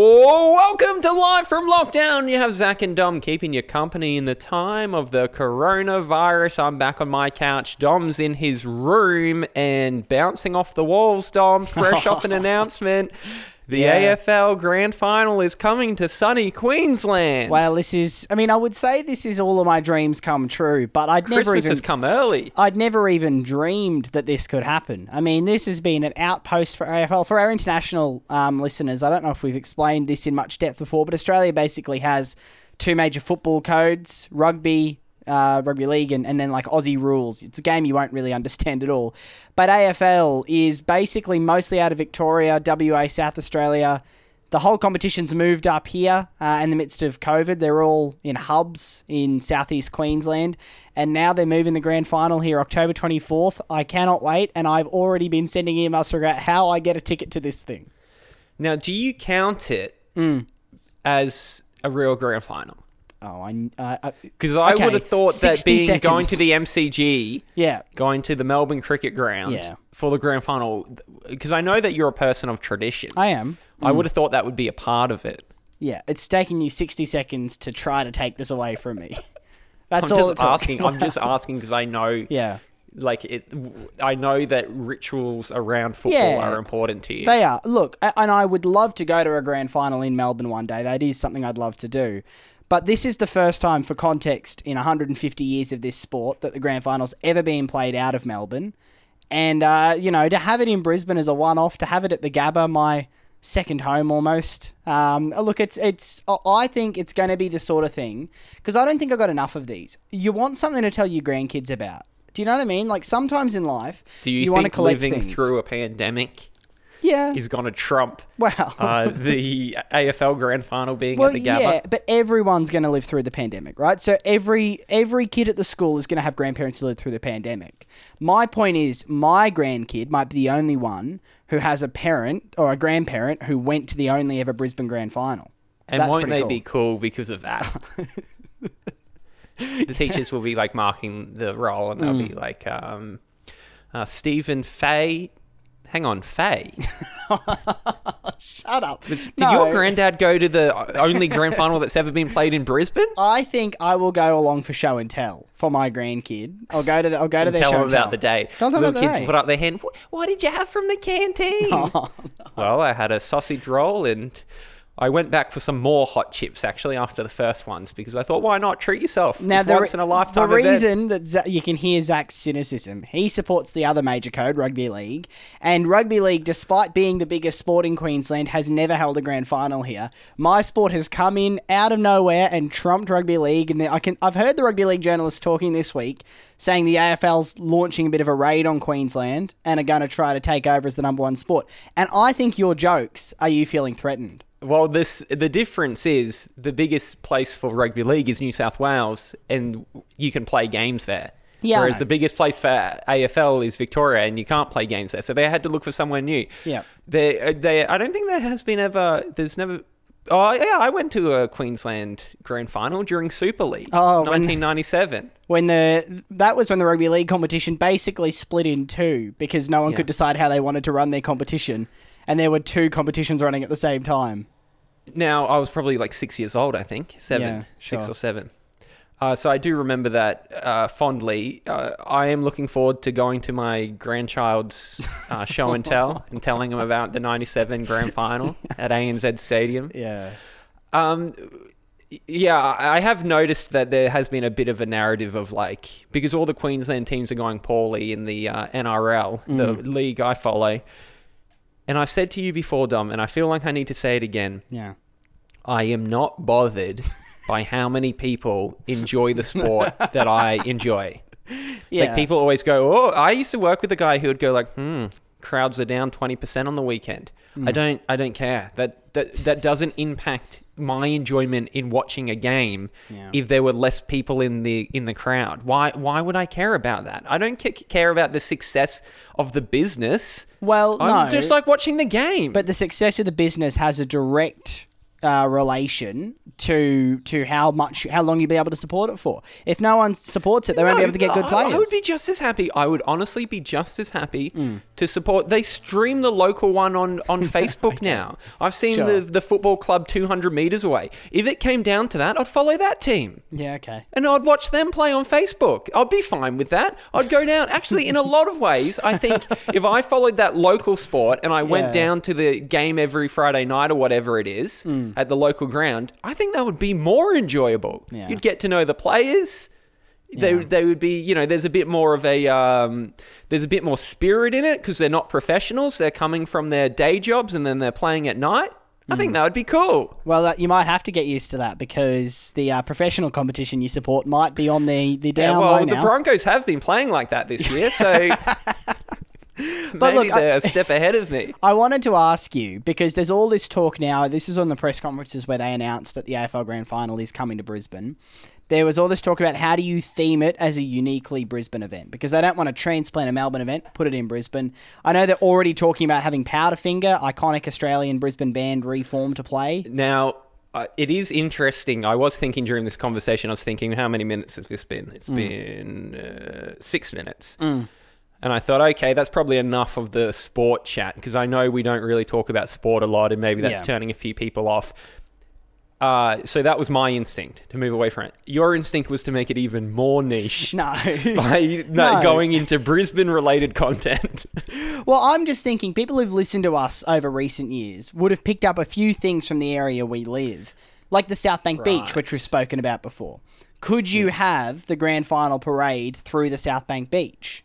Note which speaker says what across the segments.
Speaker 1: Oh, welcome to Live from Lockdown. You have Zach and Dom keeping you company in the time of the coronavirus. I'm back on my couch. Dom's in his room and bouncing off the walls, Dom, fresh off an announcement. The
Speaker 2: Yeah.
Speaker 1: AFL Grand Final is coming to sunny Queensland.
Speaker 2: Well, this is. I mean, I would say this is all of my dreams come true, but I'd
Speaker 1: Christmas
Speaker 2: never even.
Speaker 1: has come early.
Speaker 2: I'd never even dreamed that this could happen. I mean, this has been an outpost for AFL. For our international um, listeners, I don't know if we've explained this in much depth before, but Australia basically has two major football codes rugby, uh, rugby league, and, and then like Aussie rules. It's a game you won't really understand at all. But AFL is basically mostly out of Victoria, WA, South Australia. The whole competition's moved up here uh, in the midst of COVID. They're all in hubs in southeast Queensland, and now they're moving the grand final here October 24th. I cannot wait, and I've already been sending emails to regret how I get a ticket to this thing.
Speaker 1: Now, do you count it
Speaker 2: Mm.
Speaker 1: as a real grand final?
Speaker 2: Oh, I. Uh, uh,
Speaker 1: Because I
Speaker 2: Okay,
Speaker 1: would have thought that
Speaker 2: 60
Speaker 1: being going to
Speaker 2: seconds.
Speaker 1: the MCG,
Speaker 2: yeah.
Speaker 1: going to the Melbourne Cricket Ground
Speaker 2: Yeah.
Speaker 1: for the grand final, because I know that you're a person of tradition.
Speaker 2: I am. Mm.
Speaker 1: I would have thought that would be a part of it.
Speaker 2: Yeah, it's taking you 60 seconds to try to take this away from me. That's
Speaker 1: I'm
Speaker 2: all
Speaker 1: just
Speaker 2: it took.
Speaker 1: asking. I'm just asking because I know.
Speaker 2: Yeah.
Speaker 1: Like it, w- I know that rituals around football
Speaker 2: Yeah.
Speaker 1: are important to you.
Speaker 2: They are. Look, a- and I would love to go to a grand final in Melbourne one day. That is something I'd love to do. But this is the first time, for context, in 150 years of this sport that the grand final's ever been played out of Melbourne. And, uh, you know, to have it in Brisbane as a one off, to have it at the Gabba, my second home almost. Um, look, it's, it's, I- I think it's going to be the sort of thing, because I don't think I got enough of these. You want something to tell your grandkids about. Do you know what I mean? Like sometimes in life,
Speaker 1: Do you,
Speaker 2: want to
Speaker 1: think
Speaker 2: collect
Speaker 1: living
Speaker 2: things.
Speaker 1: through a pandemic
Speaker 2: yeah.
Speaker 1: is going to trump
Speaker 2: Wow.
Speaker 1: uh, the AFL grand final being at the Gabba?
Speaker 2: yeah, but everyone's going to live through the pandemic, right? So every every kid at the school is going to have grandparents who lived through the pandemic. My point is, my grandkid might be the only one who has a parent or a grandparent who went to the only ever Brisbane Grand Final.
Speaker 1: And
Speaker 2: That's
Speaker 1: won't
Speaker 2: pretty
Speaker 1: they
Speaker 2: cool.
Speaker 1: be cool because of that? the teachers will be like marking the role, and they'll be
Speaker 2: Mm.
Speaker 1: like, um, uh, "Stephen Fay, hang on, Fay, did
Speaker 2: Shut up. Did
Speaker 1: your granddad go to the only grand final that's ever been played in Brisbane?"
Speaker 2: I think I will go along for show and tell for my grandkid. I'll go to the, I'll go to their
Speaker 1: Tell
Speaker 2: show
Speaker 1: them
Speaker 2: and
Speaker 1: about
Speaker 2: tell.
Speaker 1: the day.
Speaker 2: Tell them
Speaker 1: Little
Speaker 2: about the Oh,
Speaker 1: kids
Speaker 2: day.
Speaker 1: will put up their hand. What, what did you have from the canteen? Well, I had a sausage roll and. I went back for some more hot chips actually after the first ones because I thought, why not treat yourself?
Speaker 2: Now,
Speaker 1: It's
Speaker 2: the,
Speaker 1: once
Speaker 2: re-
Speaker 1: in a lifetime
Speaker 2: the
Speaker 1: event.
Speaker 2: reason that Za- you can hear Zach's cynicism, he supports the other major code, rugby league, and rugby league, despite being the biggest sport in Queensland, has never held a grand final here. My sport has come in out of nowhere and trumped rugby league, and the, I can I've heard the rugby league journalists talking this week saying the AFL's launching a bit of a raid on Queensland and are going to try to take over as the number one sport. And I think your jokes are you feeling threatened.
Speaker 1: Well, this the difference is the biggest place for rugby league is New South Wales, and you can play games there.
Speaker 2: Yeah, I
Speaker 1: Whereas
Speaker 2: know.
Speaker 1: the biggest place for AFL is Victoria, and you can't play games there, so they had to look for somewhere new.
Speaker 2: Yeah.
Speaker 1: they, uh, they. I don't think there has been ever. There's never. Oh yeah, I went to a Queensland Grand Final during Super League,
Speaker 2: Oh, when-
Speaker 1: 1997.
Speaker 2: when the that was when the rugby league competition basically split in two because no one could decide how they wanted to run their competition and there were two competitions running at the same time
Speaker 1: Now I was probably like six years old, I think seven,
Speaker 2: Yeah,
Speaker 1: six
Speaker 2: sure.
Speaker 1: or seven. Uh, so I do remember that uh, fondly. Uh, I am looking forward to going to my grandchild's uh, show and tell and telling him about the '97 Grand Final at ANZ Stadium.
Speaker 2: yeah
Speaker 1: Um, yeah, I I have noticed that there has been a bit of a narrative of like because all the Queensland teams are going poorly in the uh, NRL, the
Speaker 2: Mm.
Speaker 1: league I follow. And I've said to you before, Dom, and I feel like I need to say it again.
Speaker 2: yeah
Speaker 1: I am not bothered by how many people enjoy the sport that I enjoy.
Speaker 2: yeah
Speaker 1: Like people always go, "Oh, I used to work with a guy who would go like, hmm, crowds are down 20% on the weekend.
Speaker 2: Hmm.
Speaker 1: I don't I don't care. That that that doesn't impact my enjoyment in watching a game
Speaker 2: Yeah.
Speaker 1: if there were less people in the in the crowd. Why why would I care about that? I don't ca- care about the success of the business.
Speaker 2: well
Speaker 1: I'm
Speaker 2: no
Speaker 1: just like watching the game.
Speaker 2: but the success of the business has a direct uh, relation to to how much how long you'll be able to support it for. If no one supports it, they won't be
Speaker 1: No,
Speaker 2: able to get good
Speaker 1: I-
Speaker 2: players. Hmm.
Speaker 1: I would be just as happy. I would honestly be just as happy to support. They stream the local one on, on Facebook now. I've seen
Speaker 2: Sure.
Speaker 1: the, the football club 200 metres away. If it came down to that, I'd follow that team.
Speaker 2: yeah, okay.
Speaker 1: And I'd watch them play on Facebook. I'd be fine with that. I'd go down. Actually, in a lot of ways, I think if I followed that local sport and I
Speaker 2: Yeah.
Speaker 1: went down to the game every Friday night or whatever it is
Speaker 2: Mm.
Speaker 1: at the local ground, I think that would be more enjoyable.
Speaker 2: Yeah.
Speaker 1: You'd get to know the players. They, they would be you know there's a bit more of a um, there's a bit more spirit in it because they're not professionals they're coming from their day jobs and then they're playing at night I
Speaker 2: Mm.
Speaker 1: think that would be cool
Speaker 2: Well, uh, you might have to get used to that because the uh, professional competition you support might be on the the down
Speaker 1: Yeah, well,
Speaker 2: low
Speaker 1: the
Speaker 2: now.
Speaker 1: Broncos have been playing like that this year, so
Speaker 2: But
Speaker 1: maybe
Speaker 2: look, I-
Speaker 1: they're a step ahead of me.
Speaker 2: I wanted to ask you because there's all this talk now. This is on the press conferences where they announced that the AFL Grand Final is coming to Brisbane. There was all this talk about how do you theme it as a uniquely Brisbane event because they don't want to transplant a Melbourne event, put it in Brisbane. I know they're already talking about having Powderfinger, iconic Australian Brisbane band, reform to play.
Speaker 1: Now, uh, it is interesting. I was thinking during this conversation, I was thinking, how many minutes has this been?
Speaker 2: Mm.
Speaker 1: It's been uh, six minutes. And I thought, okay, that's probably enough of the sport chat because I know we don't really talk about sport a lot, and maybe that's
Speaker 2: Yeah.
Speaker 1: turning a few people off. Uh, so that was my instinct to move away from it. Your instinct was to make it even more niche.
Speaker 2: No.
Speaker 1: by no,
Speaker 2: No.
Speaker 1: going into Brisbane related content.
Speaker 2: Well, I'm just thinking people who've listened to us over recent years would have picked up a few things from the area we live, like the South Bank Beach,
Speaker 1: Right.
Speaker 2: which we've spoken about before. Could you have the grand final parade through the South Bank Beach?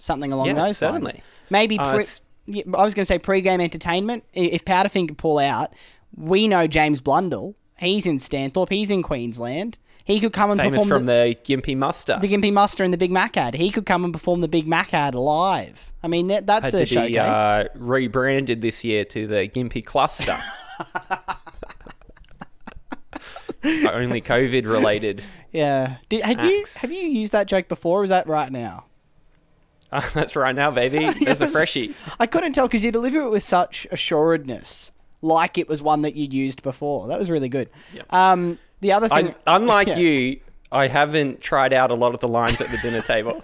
Speaker 2: Something along
Speaker 1: Yeah,
Speaker 2: those lines.
Speaker 1: certainly.
Speaker 2: Maybe
Speaker 1: Uh,
Speaker 2: pre-
Speaker 1: s-
Speaker 2: yeah, I was going to say pre-game entertainment. I- If Powderfinger pull out, we know James Blundell. He's in Stanthorpe. He's in Queensland. He could come and
Speaker 1: Famous
Speaker 2: perform
Speaker 1: from
Speaker 2: the,
Speaker 1: the, Gimpy Muster.
Speaker 2: the Gimpy Muster and the Big Mac ad. He could come and perform the Big Mac ad live. I mean, that, that's
Speaker 1: had to
Speaker 2: a showcase.
Speaker 1: be uh, rebranded this year to the Gimpy Cluster. Only COVID related.
Speaker 2: Yeah. Did, have you
Speaker 1: Axe.
Speaker 2: have you used that joke before? Or is that right now?
Speaker 1: that's right now, baby. There's a
Speaker 2: Yes.
Speaker 1: freshie.
Speaker 2: I couldn't tell because you deliver it with such assuredness, like it was one that you'd used before. That was really good. Um, the other thing,
Speaker 1: I, unlike
Speaker 2: Yeah.
Speaker 1: you, I haven't tried out a lot of the lines at the dinner table.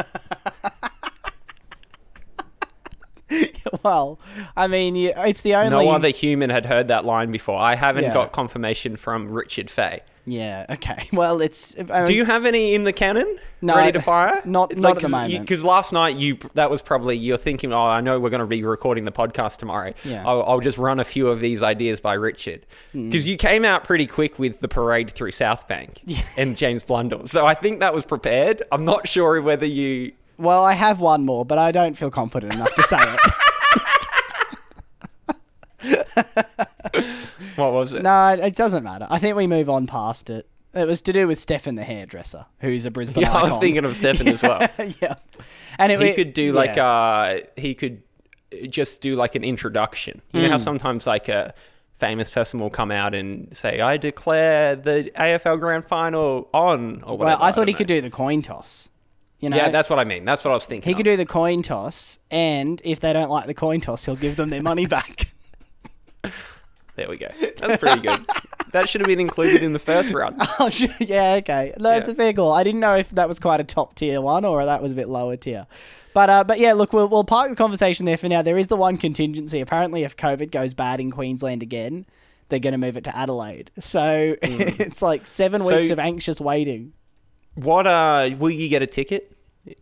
Speaker 2: well, I mean, you, it's the only.
Speaker 1: No other human had heard that line before. I haven't
Speaker 2: Yeah.
Speaker 1: got confirmation from Richard Fay.
Speaker 2: Yeah. Okay. Well, it's. I mean,
Speaker 1: Do you have any in the cannon?
Speaker 2: No,
Speaker 1: ready to fire?
Speaker 2: not- not at the moment.
Speaker 1: Because last night you that was probably you're thinking, oh, I know we're going to be recording the podcast tomorrow.
Speaker 2: Yeah. Hmm.
Speaker 1: I'll, I'll just run a few of these ideas by Richard because you came out pretty quick with the parade through South Bank and James Blundell. So I think that was prepared. I'm not sure whether you.
Speaker 2: Well, I have one more, but I don't feel confident enough to say it.
Speaker 1: What was it?
Speaker 2: No, it doesn't matter. I think we move on past it. It was to do with Stefan the hairdresser, who's a Brisbane
Speaker 1: yeah, I was
Speaker 2: icon.
Speaker 1: thinking of Stefan as well.
Speaker 2: yeah. And it,
Speaker 1: He
Speaker 2: it-
Speaker 1: could do like
Speaker 2: yeah.
Speaker 1: uh he could uh, just do like an introduction. You know how
Speaker 2: Hmm.
Speaker 1: sometimes like a famous person will come out and say, "I declare the AFL Grand Final on," or whatever.
Speaker 2: Well, I thought he
Speaker 1: don't
Speaker 2: could
Speaker 1: know.
Speaker 2: do the coin toss. You know,
Speaker 1: Yeah, that's what I mean. That's what I was thinking.
Speaker 2: he could do the coin toss, and if they don't like the coin toss, he'll give them their money back.
Speaker 1: There we go. That's pretty good. that should have been included in the first round.
Speaker 2: Oh, sure. yeah, okay. No, it's
Speaker 1: Yeah.
Speaker 2: a fair call. I didn't know if that was quite a top tier one or that was a bit lower tier. But uh, but yeah, look, we'll, we'll park the conversation there for now. There is the one contingency. Apparently, if COVID goes bad in Queensland again, they're going to move it to Adelaide. So
Speaker 1: Hmm.
Speaker 2: it's like seven weeks of anxious waiting.
Speaker 1: What uh will you get a ticket?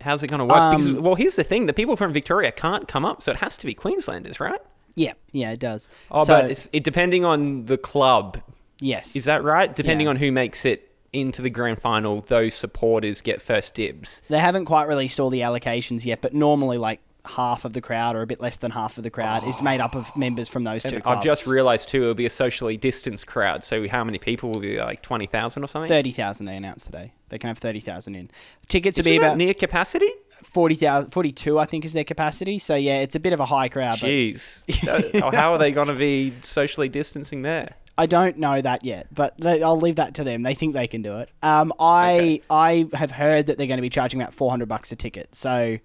Speaker 1: How's it going to work? because,
Speaker 2: Um,
Speaker 1: well, here's the thing: the people from Victoria can't come up, so it has to be Queenslanders, right?
Speaker 2: Yeah, yeah, it does.
Speaker 1: Oh,
Speaker 2: So-
Speaker 1: but it's, it depending on the club,
Speaker 2: yes,
Speaker 1: Is that right? Depending
Speaker 2: Yeah.
Speaker 1: on who makes it into the grand final, those supporters get first dibs.
Speaker 2: They haven't quite released all the allocations yet, but normally like half of the crowd or a bit less than half of the crowd is made up of members from those two clubs.
Speaker 1: Oh. I've just realised too, it'll be a socially distanced crowd. So how many people will be there, like twenty thousand or something?
Speaker 2: thirty thousand they announced today. They can have thirty thousand in. Tickets will
Speaker 1: Isn't
Speaker 2: be
Speaker 1: that
Speaker 2: about
Speaker 1: near capacity.
Speaker 2: 40,000 42 I think is their capacity. So yeah, it's a bit of a high crowd. But
Speaker 1: Jeez, Oh, how are they going to be socially distancing there?
Speaker 2: I don't know that yet, but they- I'll leave that to them. They think they can do it. Um, I I have heard that they're going to be charging about four hundred bucks a ticket. So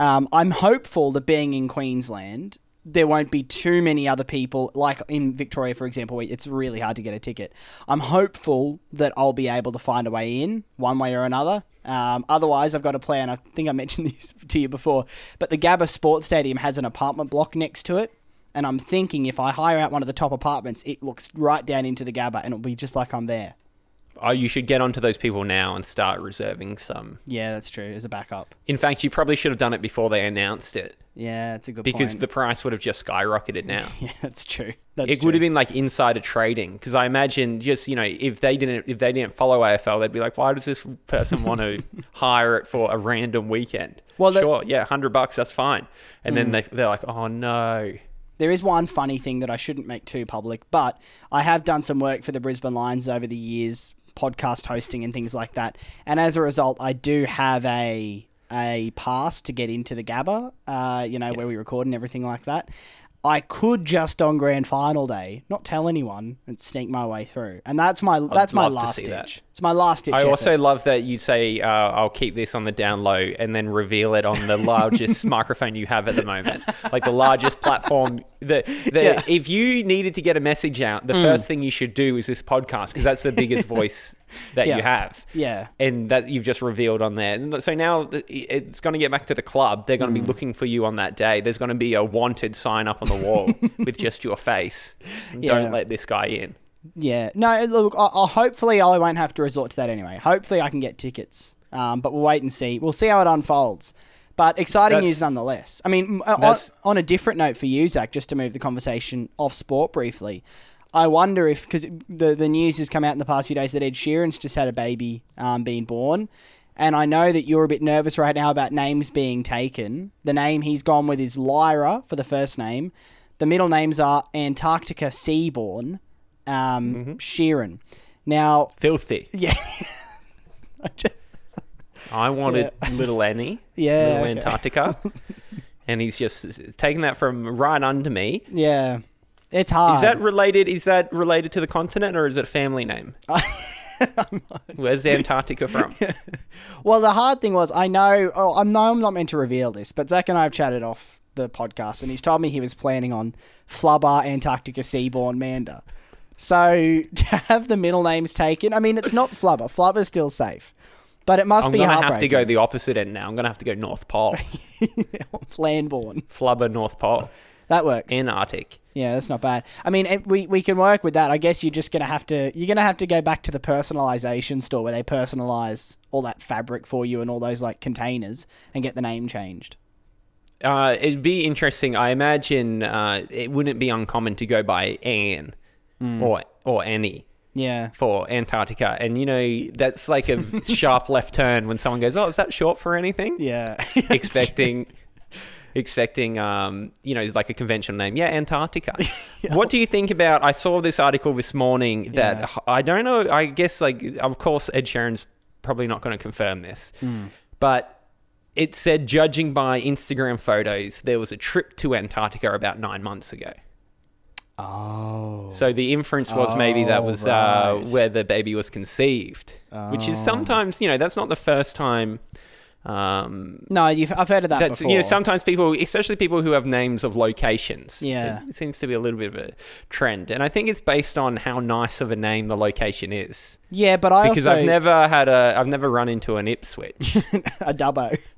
Speaker 2: um, I'm hopeful that being in Queensland, there won't be too many other people. Like in Victoria, for example, where it's really hard to get a ticket. I'm hopeful that I'll be able to find a way in one way or another. Um, otherwise, I've got a plan. I think I mentioned this to you before, but the Gabba Sports Stadium has an apartment block next to it. And I'm thinking if I hire out one of the top apartments, it looks right down into the Gabba and it'll be just like I'm there.
Speaker 1: Oh, you should get onto those people now and start reserving some.
Speaker 2: Yeah, that's true. As a backup.
Speaker 1: In fact, you probably should have done it before they announced it
Speaker 2: Yeah, that's a good
Speaker 1: because
Speaker 2: point.
Speaker 1: the price would have just skyrocketed now.
Speaker 2: yeah, that's true. That's
Speaker 1: it would have been like insider trading because I imagine just you know if they didn't if they didn't follow AFL they'd be like why does this person want to hire it for a random weekend? Well,
Speaker 2: Well, that- Hmm.
Speaker 1: sure, yeah, hundred bucks that's fine. And then they they're like oh no,
Speaker 2: There is one funny thing that I shouldn't make too public, but I have done some work for the Brisbane Lions over the years, podcast hosting and things like that. And as a result, I do have a a pass to get into the Gabba, uh, you know, where we record and everything like that. I could just on grand final day not tell anyone and sneak my way through, and that's my that's my
Speaker 1: love to
Speaker 2: last
Speaker 1: see
Speaker 2: ditch.
Speaker 1: that.
Speaker 2: It's my last ditch.
Speaker 1: I
Speaker 2: effort.
Speaker 1: also love that you say uh, I'll keep this on the down low and then reveal it on the largest microphone you have at the moment, like the largest platform. The, the
Speaker 2: Yeah. Mm.
Speaker 1: if you needed to get a message out, the first thing you should do is this podcast because that's the biggest voice that
Speaker 2: Yeah.
Speaker 1: you have.
Speaker 2: yeah.
Speaker 1: and that you've just revealed on there. And So now th- it's going to get back to the club. They're going to be
Speaker 2: Mm.
Speaker 1: looking for you on that day. There's going to be a wanted sign up on the wall with just your face.
Speaker 2: Yeah.
Speaker 1: Don't let this guy in.
Speaker 2: Yeah. No, look, I, I, hopefully I won't have to resort to that anyway. Hopefully I can get tickets. Um, but we'll wait and see. We'll see how it unfolds. But exciting
Speaker 1: That's-
Speaker 2: news nonetheless. I mean, m- uh, on,
Speaker 1: That's-
Speaker 2: on a different note for you, Zach, just to move the conversation off sport briefly, I wonder if, because the, the news has come out in the past few days that Ed Sheeran's just had a baby um, being born. And I know that you're a bit nervous right now about names being taken. The name he's gone with is Lyra for the first name. The middle names are Antarctica Seaborn, um,
Speaker 1: Mm-hmm.
Speaker 2: Sheeran. Now,
Speaker 1: Filthy.
Speaker 2: yeah, I just-
Speaker 1: I wanted little Annie,
Speaker 2: Yeah,
Speaker 1: little
Speaker 2: okay.
Speaker 1: Antarctica, and he's just taking that from right under me.
Speaker 2: yeah, it's hard.
Speaker 1: Is that related? Is that related to the continent or is it a family name? Where's Antarctica from?
Speaker 2: Well, the hard thing was, I know, oh, I know I'm not meant to reveal this, but Zach and I have chatted off the podcast, and he's told me he was planning on Flubber Antarctica Seaborn Manda. So to have the middle names taken, I mean, it's not Flubber. Flubber's still safe, but it must
Speaker 1: I'm
Speaker 2: be
Speaker 1: gonna
Speaker 2: heartbreaking.
Speaker 1: have to go the opposite end now. I'm gonna have to go North Pole,
Speaker 2: Flanborn.
Speaker 1: flubber North Pole,
Speaker 2: That works.
Speaker 1: Antarctic.
Speaker 2: yeah, that's not bad. I mean, it, we we can work with that. I guess you're just gonna have to you're gonna have to go back to the personalization store where they personalize all that fabric for you and all those like containers and get the name changed.
Speaker 1: Uh, it'd be interesting. I imagine uh, it wouldn't be uncommon to go by Anne
Speaker 2: Hmm.
Speaker 1: or or Annie
Speaker 2: Yeah.
Speaker 1: for Antarctica, and you know that's like a sharp left turn when someone goes, "Oh, is that short for anything?"
Speaker 2: Yeah.
Speaker 1: expecting expecting um you know like a conventional name yeah antarctica what do you think about i saw this article this morning that
Speaker 2: Yeah.
Speaker 1: i don't know i guess like of course ed sheeran's probably not going to confirm this
Speaker 2: Hmm.
Speaker 1: but it said judging by instagram photos there was a trip to antarctica about nine months ago
Speaker 2: Oh.
Speaker 1: so the inference was maybe
Speaker 2: Oh,
Speaker 1: that was
Speaker 2: right. Oh.
Speaker 1: uh, where the baby was conceived which is sometimes you know that's not the first time um,
Speaker 2: No, you've, I've heard of that
Speaker 1: That's
Speaker 2: before.
Speaker 1: you know sometimes people, especially people who have names of locations.
Speaker 2: Yeah.
Speaker 1: it seems to be a little bit of a trend, and I think it's based on how nice of a name the location is.
Speaker 2: yeah, but I
Speaker 1: Because
Speaker 2: also
Speaker 1: I've never had a, I've never run into an Ipswich.
Speaker 2: a dubbo.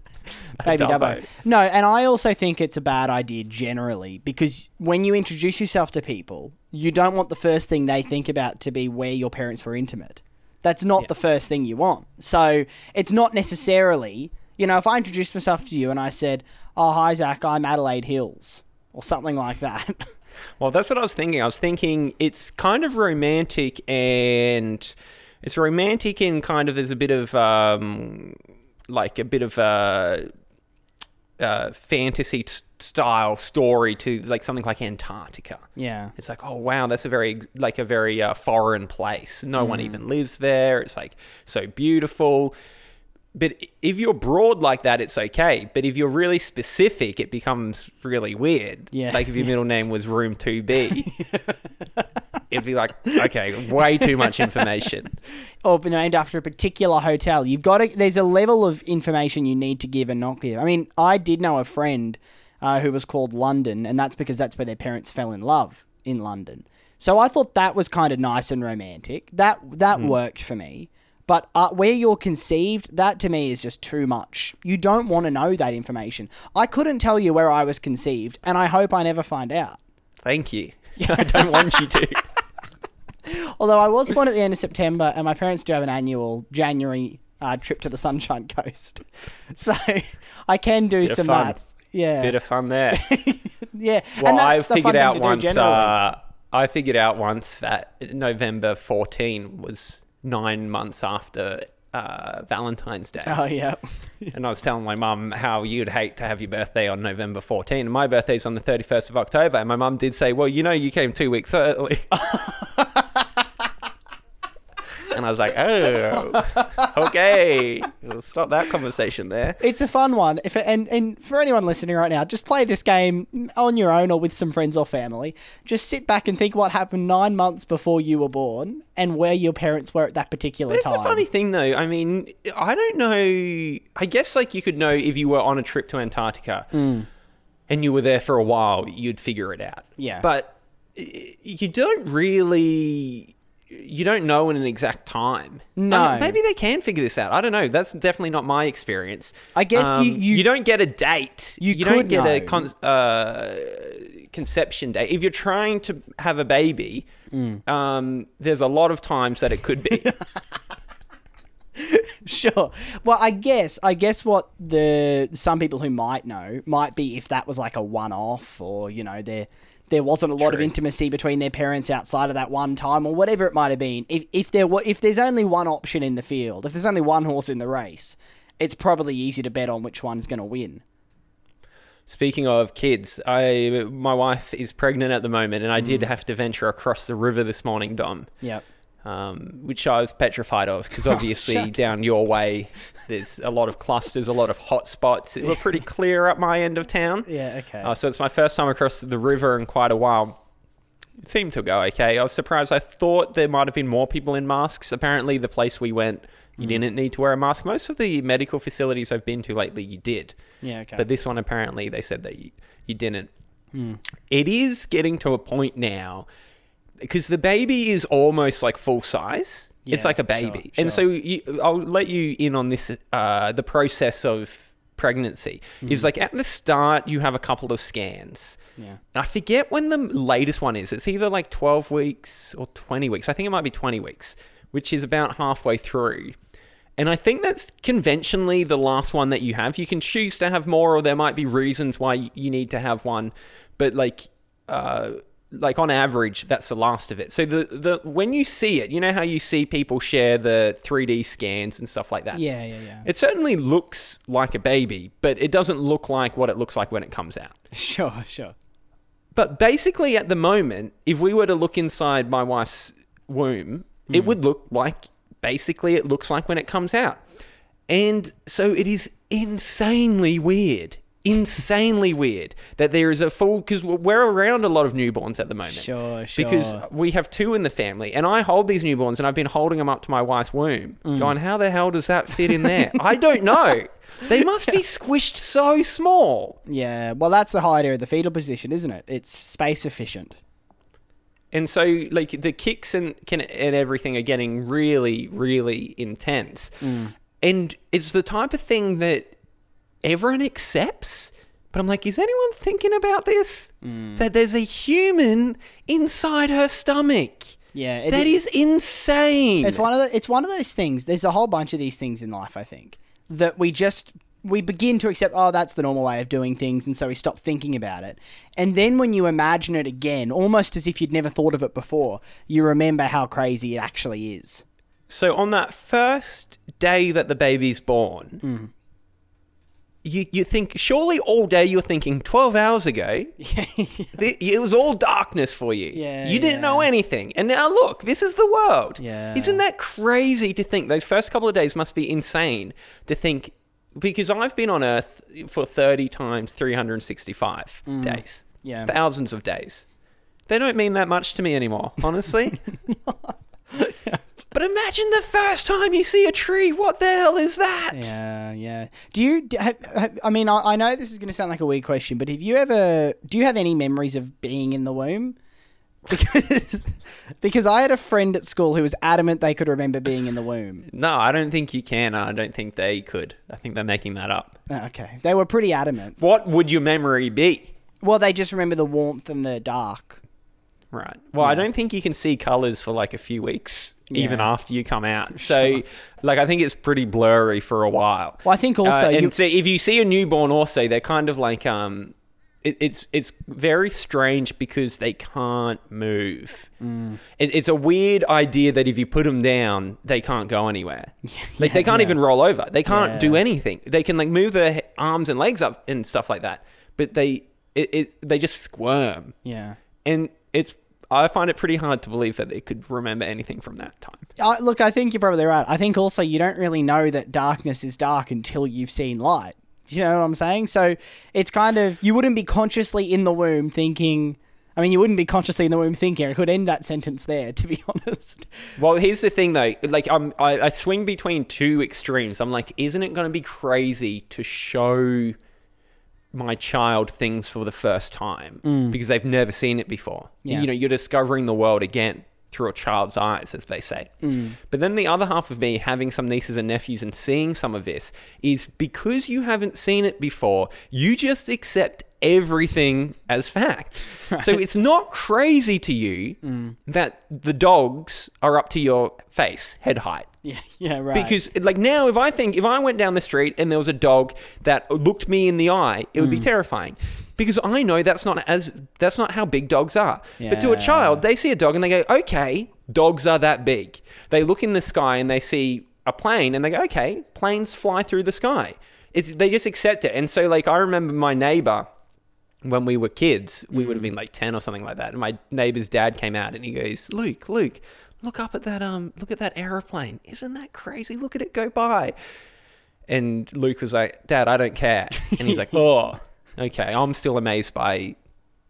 Speaker 2: Baby dubbo.
Speaker 1: dubbo.
Speaker 2: No, and I also think it's a bad idea generally because when you introduce yourself to people, you don't want the first thing they think about to be where your parents were intimate. That's not the first thing you want. So it's not necessarily, you know, if I introduced myself to you and I said, Oh, hi, Zach, I'm Adelaide Hills or something like that.
Speaker 1: well, that's what I was thinking. I was thinking it's kind of romantic and it's romantic and kind of there's a bit of um, like a bit of uh uh, fantasy t- style story to like something like Antarctica.
Speaker 2: yeah.
Speaker 1: It's like, oh wow, that's a very like a very uh, foreign place. No one even
Speaker 2: Mm.
Speaker 1: lives there. It's like so beautiful. But i- if you're broad like that, it's okay. But if you're really specific, it becomes really weird.
Speaker 2: Yeah.
Speaker 1: Like if your middle name was Room Two B, it'd be like, okay, way too much information.
Speaker 2: or be named after a particular hotel. You've got to, there's a level of information you need to give and not give. I mean, I did know a friend uh, who was called London, and that's because that's where their parents fell in love in London. So I thought that was kind of nice and romantic. That that worked for me. But uh, where you're conceived, that to me is just too much. You don't want to know that information. I couldn't tell you where I was conceived, and I hope I never find out.
Speaker 1: Thank you. I don't want you to.
Speaker 2: Although I was born at the end of September, and my parents do have an annual January uh, trip to the Sunshine Coast, so I can do
Speaker 1: of
Speaker 2: some
Speaker 1: fun.
Speaker 2: maths. Yeah,
Speaker 1: Bit of fun there.
Speaker 2: yeah.
Speaker 1: Well,
Speaker 2: and
Speaker 1: I
Speaker 2: that's the fun
Speaker 1: figured
Speaker 2: thing
Speaker 1: out
Speaker 2: to do
Speaker 1: once.
Speaker 2: generally.
Speaker 1: Uh, I figured out once that November 14 was nine months after uh, Valentine's Day,
Speaker 2: oh yeah,
Speaker 1: and I was telling my mum how you'd hate to have your birthday on November 14, and my birthday's on the 31st of October. And my mum did say, "Well, you know, you came two weeks early." And I was like, oh, okay. We'll stop that conversation there.
Speaker 2: it's a fun one. If and and for anyone listening right now, just play this game on your own or with some friends or family. Just sit back and think what happened nine months before you were born and where your parents were at that particular
Speaker 1: It's
Speaker 2: time.
Speaker 1: a funny thing, though. I mean, I don't know. I guess like you could know if you were on a trip to Antarctica
Speaker 2: Mm.
Speaker 1: and you were there for a while, you'd figure it out.
Speaker 2: Yeah.
Speaker 1: but y- you don't really. You don't know in an exact time. I
Speaker 2: No.
Speaker 1: mean, maybe they can figure this out. I don't know. That's definitely not my experience. Um,
Speaker 2: I guess you- you-
Speaker 1: don't get a date.
Speaker 2: You
Speaker 1: don't
Speaker 2: could
Speaker 1: get a
Speaker 2: know.
Speaker 1: con- uh, conception date. If you're trying to have a baby,
Speaker 2: Mm.
Speaker 1: um, there's a lot of times that it could be.
Speaker 2: Sure. Well, I guess I guess what the some people who might know might be if that was like a one off or you know there there wasn't a lot of
Speaker 1: True.
Speaker 2: intimacy between their parents outside of that one time or whatever it might have been. If if there were if there's only one option in the field, if there's only one horse in the race, it's probably easy to bet on which one's going to win.
Speaker 1: Speaking of kids, I my wife is pregnant at the moment, and I did have to venture across the river this morning, Dom,
Speaker 2: Yep.
Speaker 1: um, which I was petrified of because obviously down your way there's a lot of clusters, a lot of hot spots. It were pretty clear up my end of town.
Speaker 2: Yeah, okay.
Speaker 1: Uh, so it's my first time across the river in quite a while. It seemed to go okay. I was surprised. I thought there might have been more people in masks. Apparently, the place we went, you didn't need to wear a mask. Most of the medical facilities I've been to lately, you did.
Speaker 2: Yeah, okay. Hmm.
Speaker 1: But this one, apparently, they said that you, you didn't. It is getting to a point now because the baby is almost like full size. it's
Speaker 2: Yeah,
Speaker 1: like a baby.
Speaker 2: sure,
Speaker 1: And so you, I'll let you in on this uh, the process of pregnancy is like at the start, you have a couple of scans.
Speaker 2: Hmm. Yeah.
Speaker 1: I forget when the latest one is. It's either like 12 weeks or 20 weeks. I think it might be 20 weeks, which is about halfway through. And I think that's conventionally the last one that you have. You can choose to have more, or there might be reasons why you need to have one. But like, uh, like on average, that's the last of it. So the, the when you see it, you know how you see people share the 3D scans and stuff like that.
Speaker 2: yeah, yeah, yeah.
Speaker 1: It certainly looks like a baby, but it doesn't look like what it looks like when it comes out.
Speaker 2: Sure, sure.
Speaker 1: But basically, at the moment, if we were to look inside my wife's womb,
Speaker 2: Hmm.
Speaker 1: it would look like basically it looks like when it comes out. And so it is insanely weird, insanely weird that there is a full because we're around a lot of newborns at the moment.
Speaker 2: Sure,
Speaker 1: Because
Speaker 2: sure.
Speaker 1: we have two in the family, and I hold these newborns, and I've been holding them up to my wife's womb,
Speaker 2: Hmm.
Speaker 1: going, "How the hell does that fit in there? I don't know. They must be squished so small."
Speaker 2: Yeah, well that's the whole idea of the fetal position, isn't it? It's space efficient.
Speaker 1: and so like the kicks and can, and everything are getting really really intense
Speaker 2: Mm.
Speaker 1: and it's the type of thing that everyone accepts but i'm like is anyone thinking about this
Speaker 2: Mm.
Speaker 1: that there's a human inside her stomach
Speaker 2: Yeah, it
Speaker 1: that is
Speaker 2: is-
Speaker 1: insane
Speaker 2: It's one of the, it's one of those things. There's a whole bunch of these things in life, I think, that we just we begin to accept. Oh, that's the normal way of doing things, and so we stop thinking about it. And then when you imagine it again, almost as if you'd never thought of it before, you remember how crazy it actually is.
Speaker 1: So on that first day that the baby's born,
Speaker 2: Mm.
Speaker 1: you you think surely all day you're thinking twelve hours ago, th- it was all darkness for you.
Speaker 2: Yeah,
Speaker 1: you didn't
Speaker 2: yeah.
Speaker 1: know anything, and now look, this is the world.
Speaker 2: Yeah.
Speaker 1: isn't that crazy to think? Those first couple of days must be insane to think, because I've been on Earth for thirty times three hundred and sixty-five days.
Speaker 2: Mm. Yeah.
Speaker 1: thousands of days. They don't mean that much to me anymore, honestly. But imagine the first time you see a tree. What the hell is that?
Speaker 2: Yeah, yeah. Do you? d- Have, have, I mean, I, I know this is going to sound like a weird question, but have you ever? Do you have any memories of being in the womb? Because because I had a friend at school who was adamant they could remember being in the womb.
Speaker 1: No, I don't think you can. I don't think they could. I think they're making that up.
Speaker 2: Oh, Okay, they were pretty adamant.
Speaker 1: What would your memory be?
Speaker 2: Well, they just remember the warmth and the dark.
Speaker 1: Right. Well, I don't think you can see colors for like a few weeks, even
Speaker 2: Yeah.
Speaker 1: after you come out. So, like, I think it's pretty blurry for a while.
Speaker 2: Well, I think also
Speaker 1: uh, and
Speaker 2: you,
Speaker 1: so if you see a newborn, also they're kind of like um, it, it's it's very strange because they can't move.
Speaker 2: Mm.
Speaker 1: It, it's a weird idea that if you put them down, they can't go anywhere. Like they can't even roll over. They can't do
Speaker 2: Yeah.
Speaker 1: anything. They can like move their he- arms and legs up and stuff like that, but they it, it they just squirm
Speaker 2: yeah.
Speaker 1: and it's I find it pretty hard to believe that they could remember anything from that time.
Speaker 2: I, look, I think you're probably right. I think also you don't really know that darkness is dark until you've seen light. Do You know what I'm saying? So it's kind of you wouldn't be consciously in the womb thinking. I mean, you wouldn't be consciously in the womb thinking. I could end that sentence there, to be honest.
Speaker 1: Well, here's the thing though. Like I'm, I, I swing between two extremes. I'm like, isn't it going to be crazy to show my child things for the first time because they've never seen it before?
Speaker 2: Yeah.
Speaker 1: You know, you're discovering the world again through a child's eyes, as they say. But then the other half of me, having some nieces and nephews and seeing some of this, is because you haven't seen it before, you just accept everything as fact. So it's not crazy to you that the dogs are up to your face, head height.
Speaker 2: Yeah, yeah, right.
Speaker 1: Because like now, if I think if I went down the street and there was a dog that looked me in the eye, it would be terrifying. Because I know that's not as that's not how big dogs are. But to a
Speaker 2: Yeah.
Speaker 1: child, they see a dog and they go, "Okay, dogs are that big." They look in the sky and they see a plane and they go, "Okay, planes fly through the sky." It's they just accept it. And so like I remember my neighbor when we were kids, we would have been like ten or something like that. And my neighbor's dad came out and he goes, "Luke, Luke, look up at that um, look at that aeroplane. Isn't that crazy? Look at it go by." And Luke was like, "Dad, I don't care." And he's like, "Oh, okay. I'm still amazed by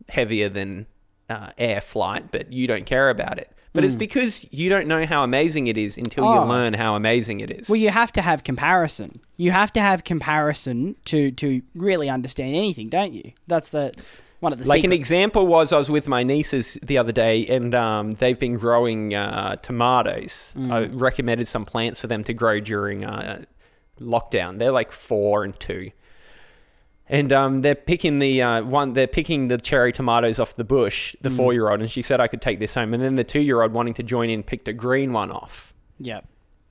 Speaker 1: heavier than uh, air flight, but you don't care about it." But it's because you don't know how amazing it is until
Speaker 2: Oh.
Speaker 1: you learn how amazing it is.
Speaker 2: well, you have to have comparison. You have to have comparison to to really understand anything, don't you? That's the one of the
Speaker 1: like an
Speaker 2: secrets.
Speaker 1: example was I was with my nieces the other day, and um, they've been growing uh, tomatoes. I
Speaker 2: Mm.
Speaker 1: recommended some plants for them to grow during uh, lockdown. They're like four and two, and um, they're picking the uh, one. They're picking the cherry tomatoes off the bush.
Speaker 2: Mm.
Speaker 1: The four-year-old, and she said I could take this home. And then the two-year-old, wanting to join in, picked a green one off
Speaker 2: Yep.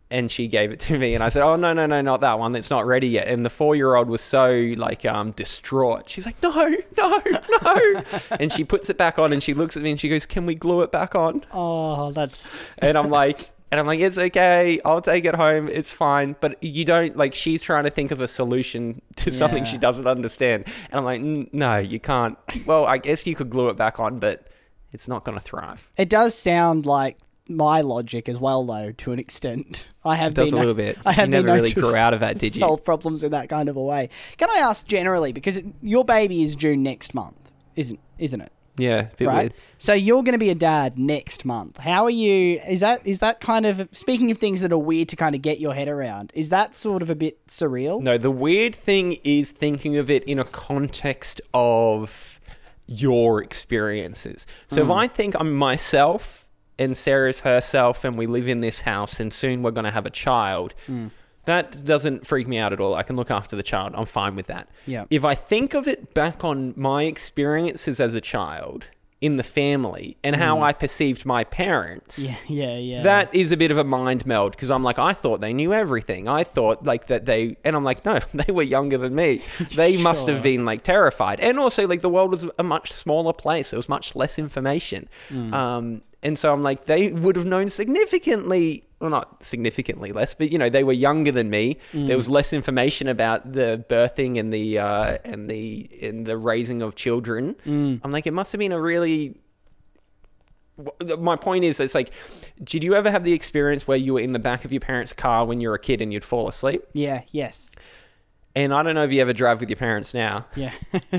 Speaker 1: and she gave it to me and i said oh no no no not that one it's not ready yet and the four year old was so like um distraught she's like no no no and she puts it back on and she looks at me and she goes can we glue it back on
Speaker 2: Oh, that's
Speaker 1: and i'm like and i'm like it's okay i'll take it home it's fine but you don't like she's trying to think of a solution to something
Speaker 2: Yeah.
Speaker 1: she doesn't understand and i'm like "N- no you can't well i guess you could glue it back on but it's not going to thrive
Speaker 2: It does sound like my logic as well, though, to an extent. I have
Speaker 1: does
Speaker 2: been
Speaker 1: a little bit.
Speaker 2: I have
Speaker 1: You never
Speaker 2: been known
Speaker 1: really
Speaker 2: to
Speaker 1: grew out of that, did you?
Speaker 2: Solve problems in that kind of a way. Can I ask generally because it, your baby is due next month, isn't isn't it?
Speaker 1: yeah a bit
Speaker 2: Right.
Speaker 1: weird
Speaker 2: So you're going to be a dad next month. How are you? Is that is that kind of speaking of things that are weird to kind of get your head around? Is that sort of a bit surreal?
Speaker 1: No, the weird thing is thinking of it in a context of your experiences. So
Speaker 2: Hmm.
Speaker 1: if I think I'm myself and Sarah's herself and we live in this house and soon we're going to have a child,
Speaker 2: Hmm.
Speaker 1: that doesn't freak me out at all. I can look after the child. I'm fine with that.
Speaker 2: Yeah.
Speaker 1: If I think of it back on my experiences as a child in the family and how I perceived my parents.
Speaker 2: Hmm. Yeah, yeah, yeah.
Speaker 1: That is a bit of a mind meld because I'm like, I thought they knew everything. I thought like that they, and I'm like, no, they were younger than me. They must
Speaker 2: Sure.
Speaker 1: have been like terrified. And also, like, the world was a much smaller place. There was much less information.
Speaker 2: Mm.
Speaker 1: Um, and so I'm like, they would have known significantly, well, not significantly less, but you know, they were younger than me.
Speaker 2: Mm.
Speaker 1: There was less information about the birthing and the uh, and the and the raising of children.
Speaker 2: Mm.
Speaker 1: I'm like, it must have been a really w- my point is it's like did you ever have the experience where you were in the back of your parents car when you were a kid and you'd fall asleep
Speaker 2: yeah, yes.
Speaker 1: And I don't know if you ever drive with your parents now,
Speaker 2: Yeah.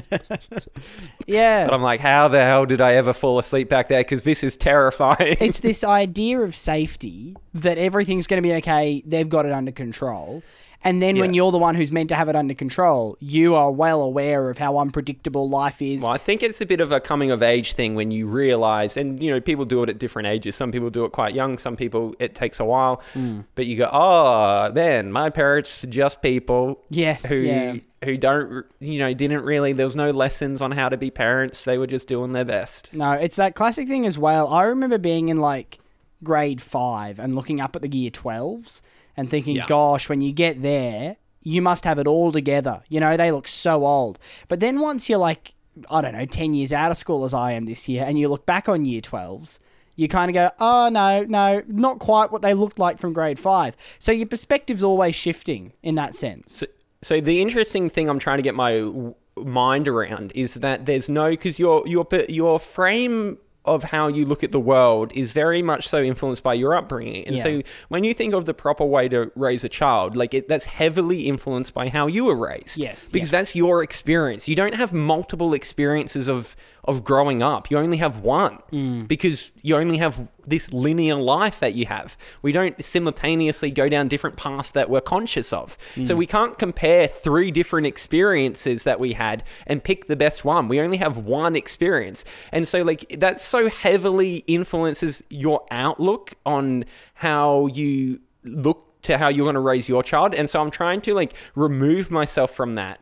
Speaker 2: yeah.
Speaker 1: but I'm like, how the hell did I ever fall asleep back there? Because this is terrifying.
Speaker 2: it's this idea of safety that everything's going to be okay. They've got it under control. And then when
Speaker 1: Yeah.
Speaker 2: you're the one who's meant to have it under control, you are well aware of how unpredictable life is.
Speaker 1: Well, I think it's a bit of a coming of age thing when you realize, and you know, people do it at different ages. Some people do it quite young, some people it takes a while.
Speaker 2: Hmm.
Speaker 1: But you go, oh, man, my parents are just people
Speaker 2: Yes,
Speaker 1: who
Speaker 2: yeah.
Speaker 1: who don't, you know, didn't really. There was no lessons on how to be parents. They were just doing their best.
Speaker 2: No, it's that classic thing as well. I remember being in like grade five and looking up at the year 12s and thinking,
Speaker 1: Yeah.
Speaker 2: gosh, when you get there, you must have it all together. You know, they look so old. But then once you're like, I don't know, 10 years out of school as I am this year, and you look back on year 12s, you kind of go, oh, no, no, not quite what they looked like from grade five. So your perspective's always shifting in that sense.
Speaker 1: So the interesting thing I'm trying to get my w- mind around is that there's no because your your per- your frame of how you look at the world is very much so influenced by your upbringing. And
Speaker 2: Yeah.
Speaker 1: so when you think of the proper way to raise a child, like it, that's heavily influenced by how you were raised.
Speaker 2: Yes,
Speaker 1: Because that's your experience. You don't have multiple experiences of of growing up. You only have one because you only have this linear life that you have. We don't simultaneously go down different paths that we're conscious of. So we can't compare three different experiences that we had and pick the best one. We only have one experience. And so like that so heavily influences your outlook on how you look to how you're going to raise your child. And so I'm trying to like remove myself from that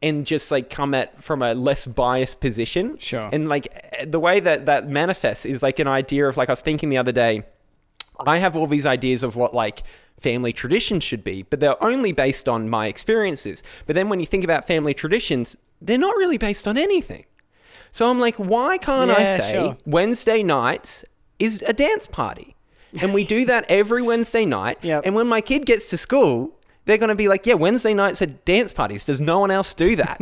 Speaker 1: and just like come at from a less biased position.
Speaker 2: Sure.
Speaker 1: And like eh, the way that that manifests is like an idea of like I was thinking the other day, I have all these ideas of what like family traditions should be, but they're only based on my experiences. But then when you think about family traditions, they're not really based on anything. So I'm like, why can't
Speaker 2: Yeah,
Speaker 1: I say
Speaker 2: sure.
Speaker 1: Wednesday nights is a dance party. And we do that every Wednesday night.
Speaker 2: Yep.
Speaker 1: And when my kid gets to school, they're going to be like, yeah, Wednesday nights are dance parties. Does no one else do that?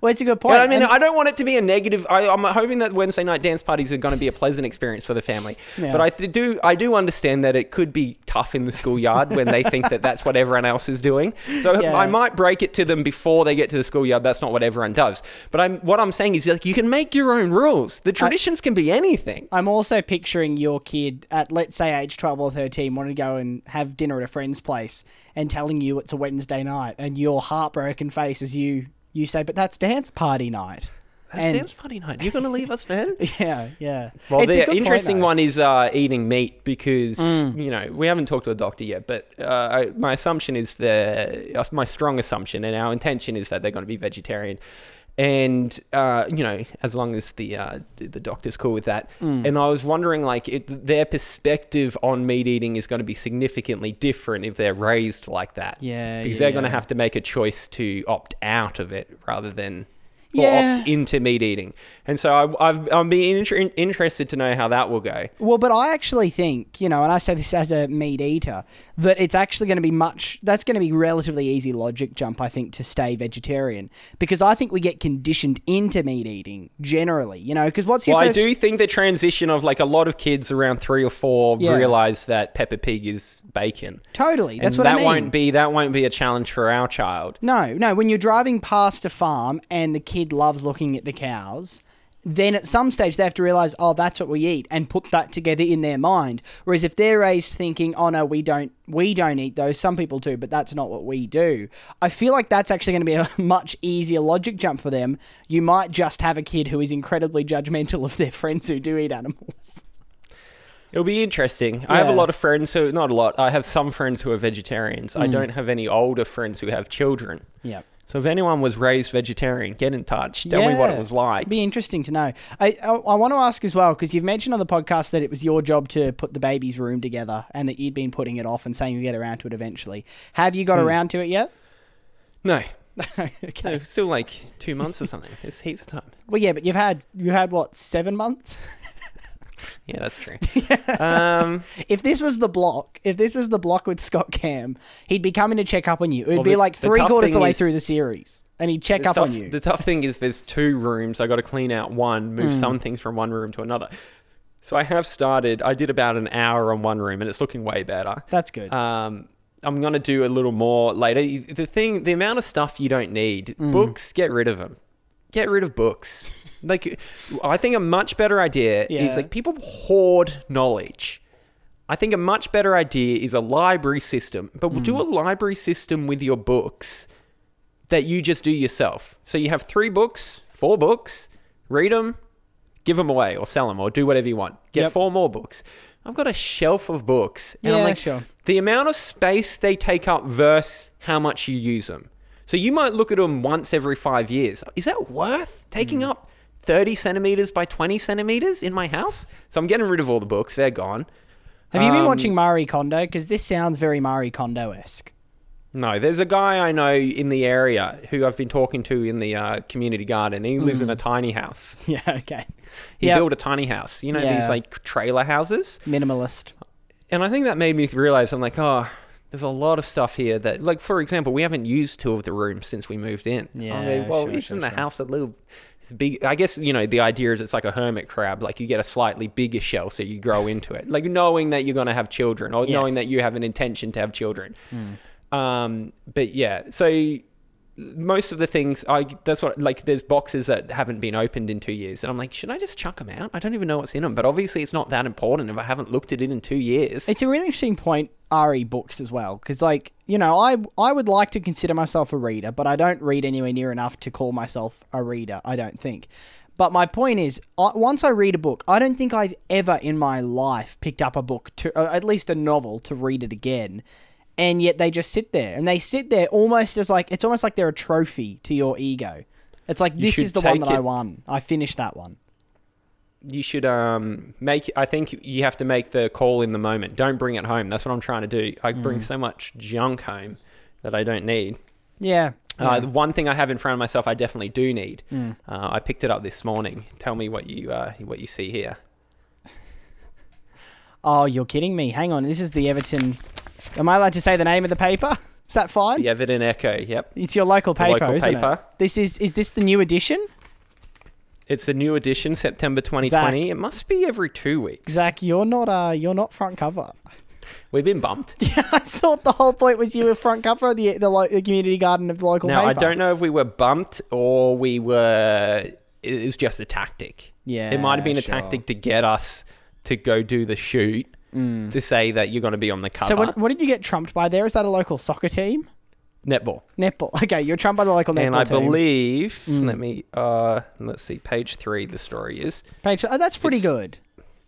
Speaker 2: Well, it's a good point.
Speaker 1: But I mean,
Speaker 2: And-
Speaker 1: I don't want it to be a negative. I, I'm hoping that Wednesday night dance parties are going to be a pleasant experience for the family.
Speaker 2: Yeah.
Speaker 1: But I th- do, I do understand that it could be tough in the schoolyard when they think that that's what everyone else is doing. So
Speaker 2: Yeah.
Speaker 1: I might break it to them before they get to the schoolyard. That's not what everyone does. But I'm, what I'm saying is, like, you can make your own rules. The traditions can be anything.
Speaker 2: I'm also picturing your kid at let's say age 12 or 13 wanting to go and have dinner at a friend's place and telling you it's a Wednesday night and your heartbroken face as you you say but that's dance party night.
Speaker 1: That's
Speaker 2: and
Speaker 1: dance party night. You're going to leave us, man.
Speaker 2: yeah, yeah.
Speaker 1: Well,
Speaker 2: It's a
Speaker 1: the
Speaker 2: good point,
Speaker 1: interesting
Speaker 2: though. Mm.
Speaker 1: one is uh, eating meat because you know we haven't talked to a doctor yet, but uh, I, my assumption is the uh, my strong assumption and our intention is that they're going to be vegetarian, and uh, you know as long as the uh, the the doctor's cool with that.
Speaker 2: Mm.
Speaker 1: And I was wondering like it, their perspective on meat eating is going to be significantly different if they're raised like that.
Speaker 2: Yeah,
Speaker 1: because
Speaker 2: yeah,
Speaker 1: they're going to
Speaker 2: yeah.
Speaker 1: have to make a choice to opt out of it rather than or
Speaker 2: Yeah.
Speaker 1: opt into meat eating. And so I, I've, I'm being inter- interested to know how that will go.
Speaker 2: Well, but I actually think, you know, and I say this as a meat eater, that it's actually going to be much, that's going to be relatively easy logic jump, I think, to stay vegetarian. Because I think we get conditioned into meat eating generally, you know, because what's your
Speaker 1: Well, I
Speaker 2: first-
Speaker 1: do think the transition of like a lot of kids around three or four
Speaker 2: Yeah.
Speaker 1: realize that Peppa Pig is bacon.
Speaker 2: Totally. That's
Speaker 1: and
Speaker 2: what I
Speaker 1: that
Speaker 2: mean.
Speaker 1: won't be that won't be a challenge for our child.
Speaker 2: No, no. When you're driving past a farm and the kid loves looking at the cows, then at some stage they have to realize, oh, that's what we eat, and put that together in their mind. Whereas if they're raised thinking, oh no, we don't, we don't eat those. Some people do, but that's not what we do. I feel like that's actually going to be a much easier logic jump for them. You might just have a kid who is incredibly judgmental of their friends who do eat animals.
Speaker 1: It'll be interesting. I have a
Speaker 2: Yeah.
Speaker 1: lot of friends who not a lot. I have some friends who are vegetarians.
Speaker 2: Mm.
Speaker 1: I don't have any older friends who have children.
Speaker 2: Yeah.
Speaker 1: So if anyone was raised vegetarian, get in touch. Tell me what it
Speaker 2: Yeah.
Speaker 1: was like.
Speaker 2: It'd be interesting to know. I I, I want to ask as well because you've mentioned on the podcast that it was your job to put the baby's room together and that you'd been putting it off and saying you get around to it eventually. Have you
Speaker 1: Hmm.
Speaker 2: got around to it yet?
Speaker 1: No. No, still like two months or something. It's heaps of time.
Speaker 2: Well, yeah, but you've had you had what seven months?
Speaker 1: Yeah, that's true. um,
Speaker 2: if this was the block, if this was the block with Scott Cam, he'd be coming to check up on you. It'd be
Speaker 1: the-
Speaker 2: like
Speaker 1: the
Speaker 2: three
Speaker 1: tough
Speaker 2: quarters of the
Speaker 1: thing
Speaker 2: way
Speaker 1: is-
Speaker 2: through the series, and he'd check
Speaker 1: the
Speaker 2: up
Speaker 1: tough,
Speaker 2: on you.
Speaker 1: The tough thing is there's two rooms. I got to clean out one, move
Speaker 2: Hmm.
Speaker 1: some things from one room to another. So I have started. I did about an hour on one room, and it's looking way better.
Speaker 2: That's good.
Speaker 1: Um, I'm gonna do a little more later. You- The thing, the amount of stuff you don't need.
Speaker 2: Mm.
Speaker 1: Books, get rid of them. Get rid of books. Like, I think a much better idea
Speaker 2: Yeah.
Speaker 1: is like people hoard knowledge. I think a much better idea is a library system, but we'll
Speaker 2: Mm.
Speaker 1: do a library system with your books that you just do yourself. So you have three books, four books, read them, give them away, or sell them, or do whatever you want. Get
Speaker 2: Yep.
Speaker 1: four more books. I've got a shelf of books, and
Speaker 2: Yeah,
Speaker 1: I'm like,
Speaker 2: sure.
Speaker 1: the amount of space they take up versus how much you use them. So you might look at them once every five years. Is that worth taking
Speaker 2: Mm.
Speaker 1: up 30 centimeters by 20 centimeters in my house? So I'm getting rid of all the books. They're gone.
Speaker 2: Have you been
Speaker 1: Um,
Speaker 2: watching Mari Kondo? Because this sounds very Mari Kondo esque.
Speaker 1: No, there's a guy I know in the area who I've been talking to in the uh, community garden. He lives
Speaker 2: Mm.
Speaker 1: in a tiny house.
Speaker 2: Yeah, okay.
Speaker 1: He
Speaker 2: Yeah,
Speaker 1: built a tiny house. You know
Speaker 2: Yeah.
Speaker 1: these like trailer houses.
Speaker 2: minimalist.
Speaker 1: And I think that made me realize I'm like, oh, there's a lot of stuff here that, like, for example, we haven't used two of the rooms since we moved in. I'm
Speaker 2: Yeah,
Speaker 1: like, well,
Speaker 2: sure,
Speaker 1: isn't
Speaker 2: sure,
Speaker 1: the
Speaker 2: sure.
Speaker 1: house a little it's big? I guess you know the idea is it's like a hermit crab. Like you get a slightly bigger shell, so you grow into it. Like knowing that you're going to have children, or
Speaker 2: Yes.
Speaker 1: knowing that you have an intention to have children.
Speaker 2: Hmm.
Speaker 1: Um, but yeah, so most of the things I that's what like there's boxes that haven't been opened in two years, and I'm like, should I just chuck them out? I don't even know what's in them, but obviously it's not that important if I haven't looked at it in two years.
Speaker 2: It's a really interesting point, RE books as well, because like you know, I I would like to consider myself a reader, but I don't read anywhere near enough to call myself a reader. I don't think. But my point is, I, once I read a book, I don't think I've ever in my life picked up a book to uh, at least a novel to read it again. And yet they just sit there, and they sit there almost as like it's almost like they're a trophy to your ego. It's like this
Speaker 1: should
Speaker 2: is the one
Speaker 1: take
Speaker 2: that I
Speaker 1: it-
Speaker 2: won. I finished that one.
Speaker 1: you should um make i think you have to make the call in the moment don't bring it home that's what i'm trying to do i
Speaker 2: Hmm.
Speaker 1: bring so much junk home that i don't need
Speaker 2: Yeah. Hmm.
Speaker 1: uh, the one thing i have in front of myself i definitely do need uh, i picked it up this morning tell me what you uh, what you see here
Speaker 2: Oh, you're kidding me. Hang on. This is the Everton. Am I allowed to say the name of the paper? Is that fine?
Speaker 1: the evident echo yep
Speaker 2: It's your local paper,
Speaker 1: local
Speaker 2: isn't
Speaker 1: paper.
Speaker 2: it? This is is this the new edition?
Speaker 1: it's a new edition september 2020 it must be every two weeks
Speaker 2: Zach, you're not uh you're not front cover.
Speaker 1: we've been bumped
Speaker 2: I thought the whole point was you were front cover of the the, lo- the community garden of the local
Speaker 1: now
Speaker 2: paper.
Speaker 1: i don't know if we were bumped or we were it was just a tactic
Speaker 2: Yeah.
Speaker 1: it might have been a
Speaker 2: sure.
Speaker 1: tactic to get us to go do the shoot to say that you're going to be on the cover.
Speaker 2: Mm. So what, what did you get trumped by there? Is that a local soccer team?
Speaker 1: Netball.
Speaker 2: Netball. Okay, you're trumped by the local netball
Speaker 1: And I
Speaker 2: team. Mm.
Speaker 1: believe, let me, uh, let's see, page three, the story is.
Speaker 2: Page- oh, that's pretty good.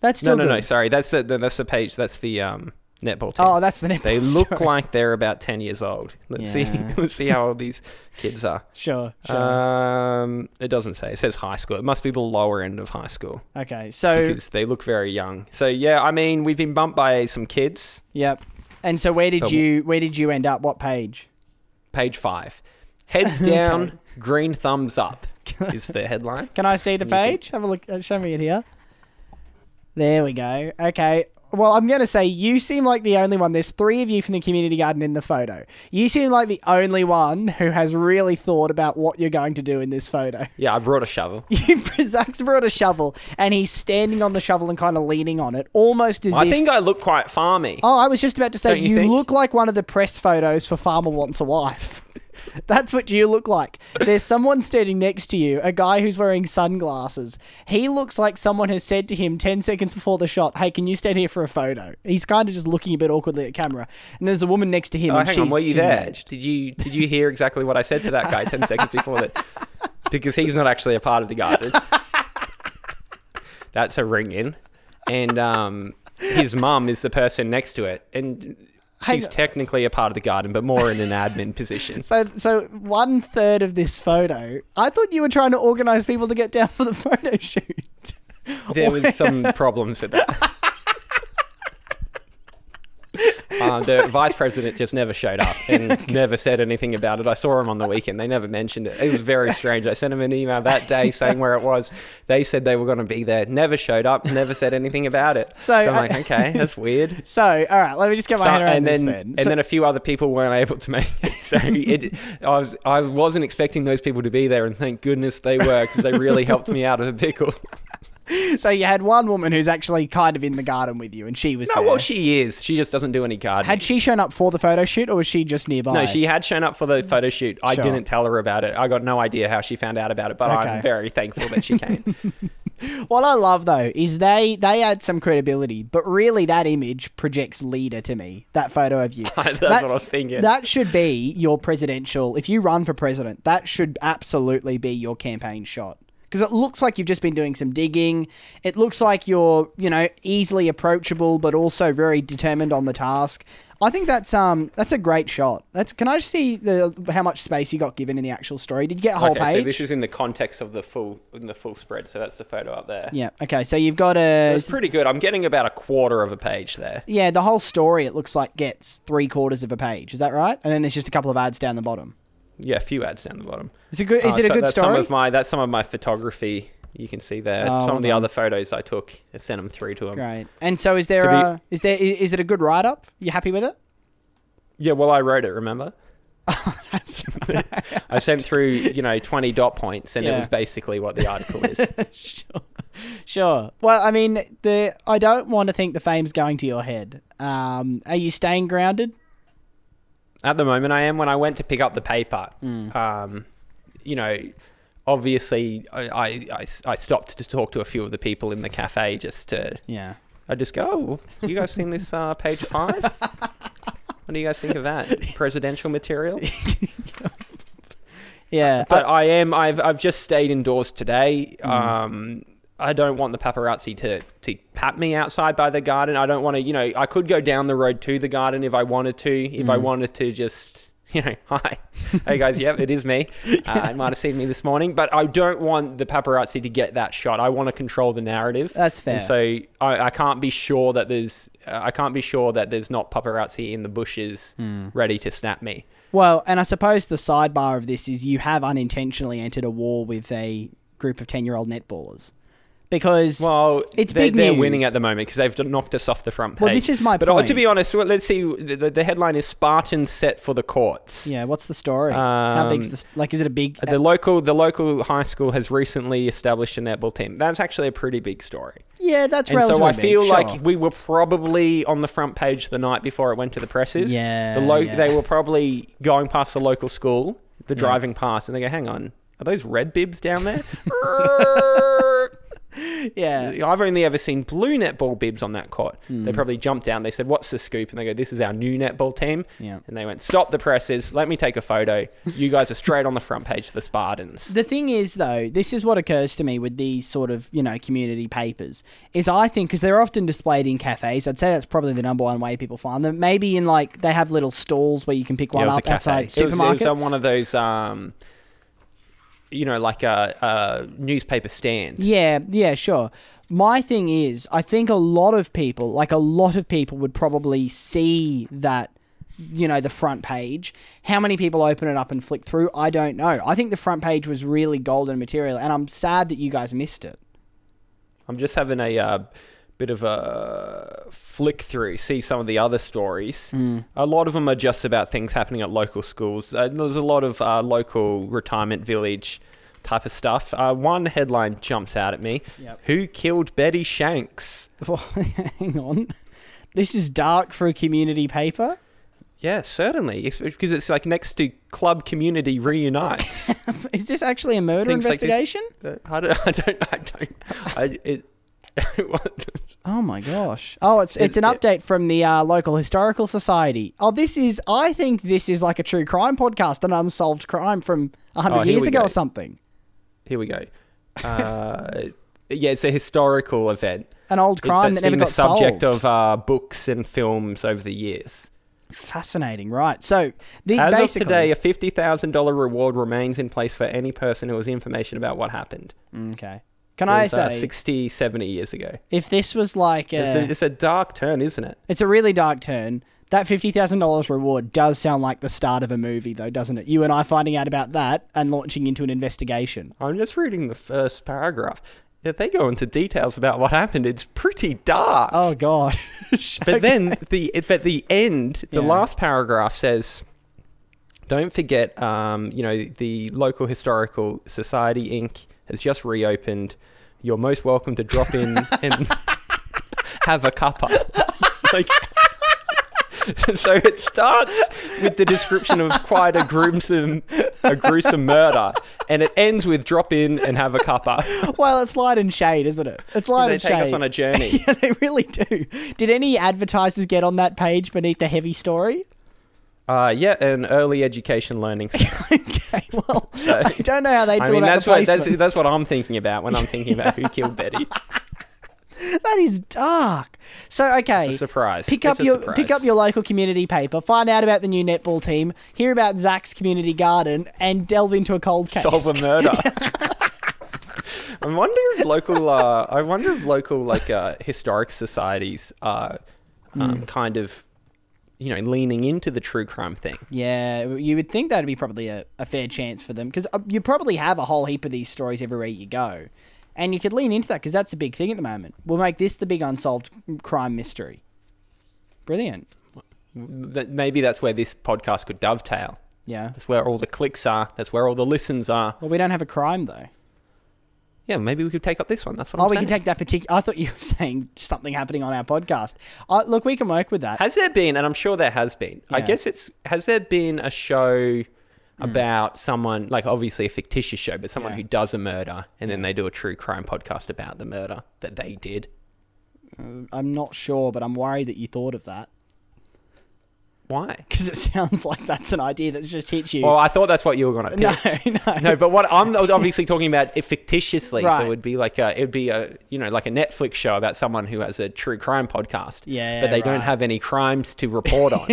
Speaker 2: That's
Speaker 1: No,
Speaker 2: still
Speaker 1: no,
Speaker 2: good.
Speaker 1: no, sorry. That's the, that's the page, that's the um, netball team.
Speaker 2: Oh, that's the netball.
Speaker 1: they look
Speaker 2: story.
Speaker 1: like they're about 10 years old. Let's
Speaker 2: Yeah.
Speaker 1: see, let's see how old these kids are.
Speaker 2: sure,
Speaker 1: Uh,
Speaker 2: sure.
Speaker 1: Um, it doesn't say. It says high school. It must be the lower end of high school
Speaker 2: okay, so
Speaker 1: because they look very young. So yeah, I mean, we've been bumped by some kids.
Speaker 2: Yep. And so where did
Speaker 1: But-
Speaker 2: you where did you end up? What page?
Speaker 1: page five. Heads down, green thumbs up is the headline.
Speaker 2: Can I see the page? Have a look. uh, Show me it here. There we go. Okay. Well, I'm going to say you seem like the only one. There's three of you from the community garden in the photo. You seem like the only one who has really thought about what you're going to do in this photo.
Speaker 1: Yeah, I brought a shovel.
Speaker 2: You, Zach's brought a shovel and he's standing on the shovel and kind of leaning on it, almost as
Speaker 1: I
Speaker 2: if.
Speaker 1: think I look quite farmy.
Speaker 2: Oh, I was just about to say,
Speaker 1: Don't you
Speaker 2: you,
Speaker 1: think?
Speaker 2: look like one of the press photos for Farmer Wants a Wife. That's what you look like. There's someone standing next to you, a guy who's wearing sunglasses. He looks like someone has said to him 10 seconds before the shot, Hey, can you stand here for a photo? He's kind of just looking a bit awkwardly at camera. And there's a woman next to him.
Speaker 1: Oh,
Speaker 2: and
Speaker 1: hang
Speaker 2: she's,
Speaker 1: on, were you
Speaker 2: she's
Speaker 1: there?
Speaker 2: engaged.
Speaker 1: Did you did you hear exactly what I said to that guy ten seconds before that? Because he's not actually a part of the garden. That's a ring in, and um, his mum is the person next to it, and
Speaker 2: Hang
Speaker 1: she's
Speaker 2: on.
Speaker 1: technically a part of the garden, but more in an admin position.
Speaker 2: So, so one third of this photo, I thought you were trying to organize people to get down for the photo shoot.
Speaker 1: There was some problems with that. Uh, the vice president just never showed up and never said anything about it. I saw him on the weekend. They never mentioned it. It was very strange. I sent him an email that day saying where it was. They said they were going to be there. Never showed up. Never said anything about it.
Speaker 2: So,
Speaker 1: I'm like,
Speaker 2: uh,
Speaker 1: okay, that's weird.
Speaker 2: So, all right, let me just get my
Speaker 1: So-
Speaker 2: head around
Speaker 1: and
Speaker 2: this
Speaker 1: then,
Speaker 2: then.
Speaker 1: and
Speaker 2: So-
Speaker 1: then a few other people weren't able to make it. So it, I was I wasn't expecting those people to be there, and thank goodness they were because they really helped me out of a pickle.
Speaker 2: so you had one woman who's actually kind of in the garden with you, and she was
Speaker 1: No,
Speaker 2: there.
Speaker 1: well, she is. She just doesn't do any gardening.
Speaker 2: had she shown up for the photo shoot, or was she just nearby?
Speaker 1: no, she had shown up for the photo shoot. I
Speaker 2: Sure.
Speaker 1: didn't tell her about it. I got no idea how she found out about it, but
Speaker 2: Okay.
Speaker 1: I'm very thankful that she came.
Speaker 2: What I love though is they they add some credibility, but really that image projects leader to me. That photo of you.
Speaker 1: That's what I was thinking.
Speaker 2: That should be your presidential. If you run for president, that should absolutely be your campaign shot. Because it looks like you've just been doing some digging. It looks like you're, you know, easily approachable, but also very determined on the task. I think that's um that's a great shot. That's can I see the how much space you got given in the actual story? Did you get a whole
Speaker 1: okay,
Speaker 2: page?
Speaker 1: so this is in the context of the full in the full spread. So that's the photo up there.
Speaker 2: yeah. Okay. So you've got a
Speaker 1: It's pretty good. I'm getting about a quarter of a page there.
Speaker 2: Yeah, the whole story it looks like gets three quarters of a page. Is that right? And then there's just a couple of ads down the bottom.
Speaker 1: Yeah, a few ads down the bottom.
Speaker 2: Is it good? Is
Speaker 1: Uh,
Speaker 2: it a
Speaker 1: so
Speaker 2: good
Speaker 1: that's Some
Speaker 2: story?
Speaker 1: of my that's some of my photography. You can see there.
Speaker 2: Oh,
Speaker 1: some of the
Speaker 2: well
Speaker 1: other photos I took. I sent them through to him.
Speaker 2: Great. And so is there?
Speaker 1: be-
Speaker 2: A, is there? i- Is it a good write up? You happy with it?
Speaker 1: Yeah, well, I wrote it. Remember? I sent through you know 20 dot points, and it
Speaker 2: Yeah.
Speaker 1: was basically what the article is.
Speaker 2: sure. Sure. Well, I mean, the I don't want to think the fame's going to your head. Um, are you staying grounded?
Speaker 1: At the moment, I am. When I went to pick up the paper, um, you know, obviously I, I, I s- I stopped to talk to a few of the people in the cafe just to.
Speaker 2: Yeah.
Speaker 1: I just go, oh, you guys seen this uh, page five? What do you guys think of that presidential material?
Speaker 2: Yeah. Mm.
Speaker 1: But I am. I've I've just stayed indoors today. Um, I don't want the paparazzi to to pat me outside by the garden. I don't want to. You know, I could go down the road to the garden if I wanted to. If
Speaker 2: Mm.
Speaker 1: I wanted to, just you know, hi, hey guys, yep, it is me. Uh, you might have seen me this morning, but I don't want the paparazzi to get that shot. I want to control the narrative.
Speaker 2: That's
Speaker 1: And
Speaker 2: fair.
Speaker 1: so I, I can't be sure that there's. Uh, I can't be sure that there's not paparazzi in the bushes
Speaker 2: Mm.
Speaker 1: ready to snap me.
Speaker 2: Well, and I suppose the sidebar of this is you have unintentionally entered a war with a group of ten year old netballers because
Speaker 1: Well,
Speaker 2: It's
Speaker 1: they're,
Speaker 2: big
Speaker 1: they're
Speaker 2: news.
Speaker 1: winning at the moment because they've d- knocked us off the front page.
Speaker 2: Well, this is my
Speaker 1: but uh,
Speaker 2: point.
Speaker 1: to be honest, well, let's see. The, the- the headline is Spartan set for the courts.
Speaker 2: yeah. What's the story? How big's
Speaker 1: Um,
Speaker 2: the s- like? Is it a big?
Speaker 1: The local the local high school has recently established a netball team. That's actually a pretty big story.
Speaker 2: yeah, that's
Speaker 1: And
Speaker 2: relatively
Speaker 1: so I
Speaker 2: big,
Speaker 1: feel
Speaker 2: sure.
Speaker 1: like we were probably on the front page the night before it went to the presses.
Speaker 2: Yeah,
Speaker 1: The lo-
Speaker 2: yeah.
Speaker 1: they were probably going past the local school, the driving past, and they go, "Hang on, are those red bibs down there?"
Speaker 2: Yeah.
Speaker 1: I've only ever seen blue netball bibs on that court.
Speaker 2: Hmm.
Speaker 1: They probably jumped down. They said, "What's the scoop?" And they go, "This is our new netball team."
Speaker 2: Yeah.
Speaker 1: And they went, "Stop the presses. Let me take a photo. You guys are straight on the front page of the Spartans."
Speaker 2: The thing is, though, this is what occurs to me with these sort of, you know, community papers, is I think, because they're often displayed in cafes, I'd say that's probably the number one way people find them. Maybe in, like, they have little stalls where you can pick
Speaker 1: Yeah,
Speaker 2: one
Speaker 1: it was a
Speaker 2: up outside
Speaker 1: cafe. It was-
Speaker 2: supermarkets.
Speaker 1: It was, on one of those, um, you know, like a, a newspaper stand.
Speaker 2: Yeah, yeah, sure. My thing is, I think a lot of people, like a lot of people, would probably see that, you know, the front page. How many people open it up and flick through? I don't know. I think the front page was really golden material, and I'm sad that you guys missed it.
Speaker 1: I'm just having a uh, bit of a flick through, see some of the other stories. A lot of them are just about things happening at local schools. Uh, there's a lot of uh, local retirement village type of stuff. Uh, one headline jumps out at me
Speaker 2: Yep.
Speaker 1: Who killed Betty Shanks?
Speaker 2: Well, hang on. This is dark for a community paper.
Speaker 1: Yeah, certainly. It's because it's like next to Club Community Reunites.
Speaker 2: Is this actually a murder
Speaker 1: Things like this-
Speaker 2: investigation?
Speaker 1: Uh, I don't, I don't, I don't, I, it, what?
Speaker 2: Oh my gosh. Oh, it's it's an update from the uh, local historical society. Oh, this is I think this is like a true crime podcast, an unsolved crime from 100
Speaker 1: Oh, here
Speaker 2: years
Speaker 1: we
Speaker 2: ago
Speaker 1: go.
Speaker 2: or something.
Speaker 1: here we go. Uh, yeah, it's a historical event.
Speaker 2: An old
Speaker 1: it-
Speaker 2: crime
Speaker 1: that's
Speaker 2: that never
Speaker 1: been the
Speaker 2: got
Speaker 1: subject
Speaker 2: solved.
Speaker 1: of uh, books and films over the years.
Speaker 2: Fascinating, right? So, the
Speaker 1: As
Speaker 2: basically
Speaker 1: of today, a fifty thousand dollar reward remains in place for any person who has information about what happened.
Speaker 2: mm, Okay. Can
Speaker 1: It
Speaker 2: I
Speaker 1: was, uh,
Speaker 2: say
Speaker 1: 60, 70 years ago.
Speaker 2: if this was like a,
Speaker 1: It's, a, it's a dark turn, isn't it?
Speaker 2: It's a really dark turn. That fifty thousand dollars reward does sound like the start of a movie, though, doesn't it? You and I finding out about that and launching into an investigation.
Speaker 1: I'm just reading the first paragraph. If they go into details about what happened, it's pretty dark.
Speaker 2: Oh god!
Speaker 1: But then the at the end, the
Speaker 2: Yeah.
Speaker 1: last paragraph says, "Don't forget, um, you know, the local historical society Inc. has just reopened you're most welcome to drop in and have a cuppa. like, so it starts with the description of quite a gruesome, a gruesome murder, and it ends with drop in and have a cuppa.
Speaker 2: Well, it's light and shade, isn't it? It's light
Speaker 1: they
Speaker 2: and
Speaker 1: take
Speaker 2: shade.
Speaker 1: us on a journey.
Speaker 2: yeah, they really do. Did any advertisers get on that page beneath the heavy story?
Speaker 1: Uh, yeah, and early education learning.
Speaker 2: okay, well, I don't know how they feel
Speaker 1: I mean,
Speaker 2: about
Speaker 1: that's
Speaker 2: the
Speaker 1: what that's,
Speaker 2: placement.
Speaker 1: that's what I'm thinking about when I'm thinking about who killed Betty.
Speaker 2: That is dark. So okay,
Speaker 1: It's a surprise.
Speaker 2: Pick
Speaker 1: It's
Speaker 2: up
Speaker 1: a
Speaker 2: your
Speaker 1: surprise.
Speaker 2: pick up your local community paper. Find out about the new netball team. Hear about Zach's community garden and delve into a cold case.
Speaker 1: Solve a murder. I wonder if local. Uh, I wonder if local like uh, historic societies are
Speaker 2: Hmm.
Speaker 1: um, kind of, you know, leaning into the true crime thing.
Speaker 2: yeah, you would think that'd be probably a, a fair chance for them because you probably have a whole heap of these stories everywhere you go, and you could lean into that because that's a big thing at the moment. We'll make this the big unsolved mm, crime mystery. Brilliant.
Speaker 1: That maybe that's where this podcast could dovetail.
Speaker 2: Yeah.
Speaker 1: That's where all the clicks are. That's where all the listens are.
Speaker 2: Well, we don't have a crime though.
Speaker 1: Yeah, maybe we could take up this one. That's what
Speaker 2: Oh,
Speaker 1: I'm
Speaker 2: we
Speaker 1: saying.
Speaker 2: can take that particular. I thought you were saying something happening on our podcast. Uh, look, we can work with that.
Speaker 1: Has there been, and I'm sure there has been, I
Speaker 2: Yeah. Hmm.
Speaker 1: guess it's, has there been a show about someone, like obviously a fictitious show, but someone
Speaker 2: Yeah.
Speaker 1: who does a murder and then they do a true crime podcast about the murder that they did?
Speaker 2: I'm not sure, but I'm worried that you thought of that
Speaker 1: Why?
Speaker 2: because it sounds like that's an idea that's just hit you.
Speaker 1: Well, I thought that's what you were going to
Speaker 2: no,
Speaker 1: pick.
Speaker 2: no,
Speaker 1: No. but what I'm I was obviously talking about it fictitiously, so
Speaker 2: Right.
Speaker 1: it would be like a, it'd be a, you know, like a Netflix show about someone who has a true crime podcast.
Speaker 2: Yeah,
Speaker 1: but they don't
Speaker 2: right.
Speaker 1: have any crimes to report on,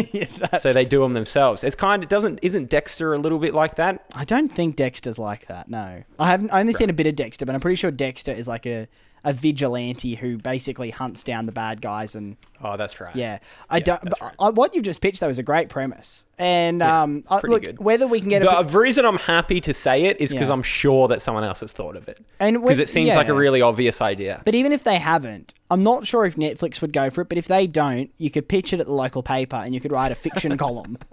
Speaker 1: so they do them themselves. It's kind of doesn't isn't Dexter a little bit like that?
Speaker 2: I don't think Dexter's like that. No, I haven't. I only seen a bit of Dexter, but I'm pretty sure Dexter is like a a vigilante who basically hunts down the bad guys and
Speaker 1: Oh, that's right.
Speaker 2: yeah. I
Speaker 1: Yeah,
Speaker 2: don't.
Speaker 1: that's
Speaker 2: But I, what you've just pitched though is a great premise, and um, I,
Speaker 1: pretty
Speaker 2: look
Speaker 1: good.
Speaker 2: whether we can get a
Speaker 1: The reason I'm happy to say it is because
Speaker 2: Yeah.
Speaker 1: I'm sure that someone else has thought of it.
Speaker 2: And
Speaker 1: Because
Speaker 2: we-
Speaker 1: it seems like a
Speaker 2: yeah.
Speaker 1: really obvious idea.
Speaker 2: But even if they haven't, I'm not sure if Netflix would go for it. But if they don't, you could pitch it at the local paper and you could write a fiction column.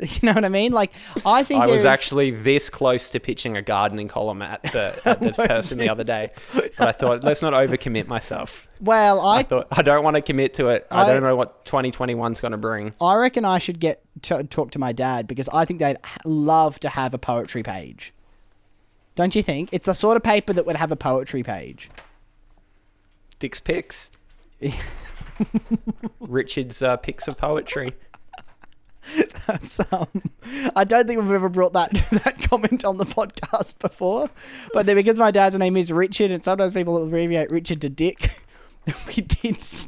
Speaker 2: You know what I mean? Like, I think
Speaker 1: I
Speaker 2: there
Speaker 1: was
Speaker 2: is-
Speaker 1: actually this close to pitching a gardening column at the, at the person the other day, but I thought let's not overcommit myself.
Speaker 2: well, I
Speaker 1: I thought I don't want to commit to it. I,
Speaker 2: I-
Speaker 1: don't know what 2021's going to bring.
Speaker 2: I reckon I should get to talk to my dad because I think they'd h- love to have a poetry page. Don't you think? It's the sort of paper that would have a poetry page.
Speaker 1: Dick's picks, Richard's uh, picks of poetry.
Speaker 2: That's, um, I don't think we've ever brought that that comment on the podcast before, but then because my dad's name is Richard, and sometimes people abbreviate Richard to Dick, we did. s-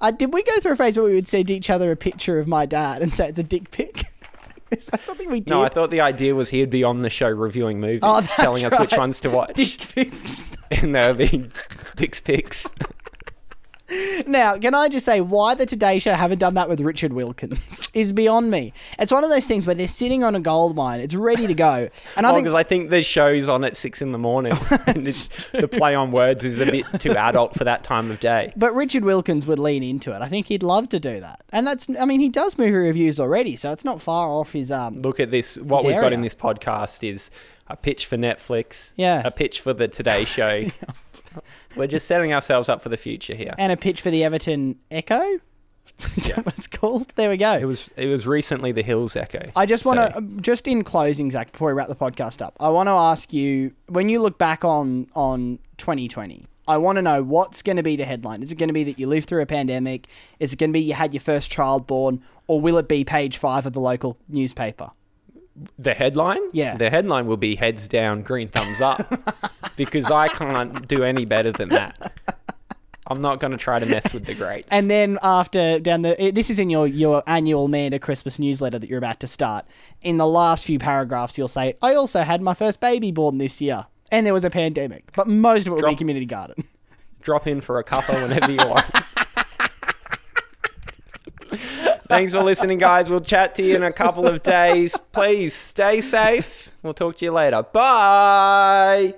Speaker 2: I did we go through a phase where we would send each other a picture of my dad and say it's a dick pic? is that something we did?
Speaker 1: No, I thought the idea was he'd be on the show reviewing movies,
Speaker 2: Oh, that's
Speaker 1: telling us which
Speaker 2: right.
Speaker 1: ones to watch,
Speaker 2: dick pics.
Speaker 1: and there would be Dick's picks.
Speaker 2: Now, can I just say why the Today Show haven't done that with Richard Wilkins is beyond me. It's one of those things where they're sitting on a gold mine, it's ready to go, and I
Speaker 1: Well,
Speaker 2: think
Speaker 1: because I think the show's on at six in the morning, and it's, the play on words is a bit too adult for that time of day.
Speaker 2: But Richard Wilkins would lean into it. I think he'd love to do that. And that's, I mean, he does movie reviews already, so it's not far off his. um.
Speaker 1: Look at this. What
Speaker 2: His
Speaker 1: we've got
Speaker 2: area.
Speaker 1: in this podcast is a pitch for Netflix,
Speaker 2: Yeah.
Speaker 1: a pitch for the Today Show. We're just setting ourselves up for the future here.
Speaker 2: And a pitch for the Everton Echo? Is that what it's called? There we go.
Speaker 1: It was it was recently the Hills Echo.
Speaker 2: I just want
Speaker 1: So-
Speaker 2: to, just in closing, Zach, before we wrap the podcast up, I want to ask you when you look back on on 2020. I want to know what's going to be the headline. Is it going to be that you lived through a pandemic? Is it going to be you had your first child born, or will it be page five of the local newspaper?
Speaker 1: the headline.
Speaker 2: Yeah.
Speaker 1: the headline will be heads down, green thumbs up, because I can't do any better than that. I'm not going to try to mess with the greats.
Speaker 2: And then after down the eh, this is in your your annual Manda Christmas newsletter that you're about to start. In the last few paragraphs, you'll say, "I also had my first baby born this year, and there was a pandemic." But most of it will be
Speaker 1: Drop-
Speaker 2: community garden.
Speaker 1: drop in for a cuppa whenever you want. Thanks for listening, guys. We'll chat to you in a couple of days. Please stay safe. We'll talk to you later. Bye.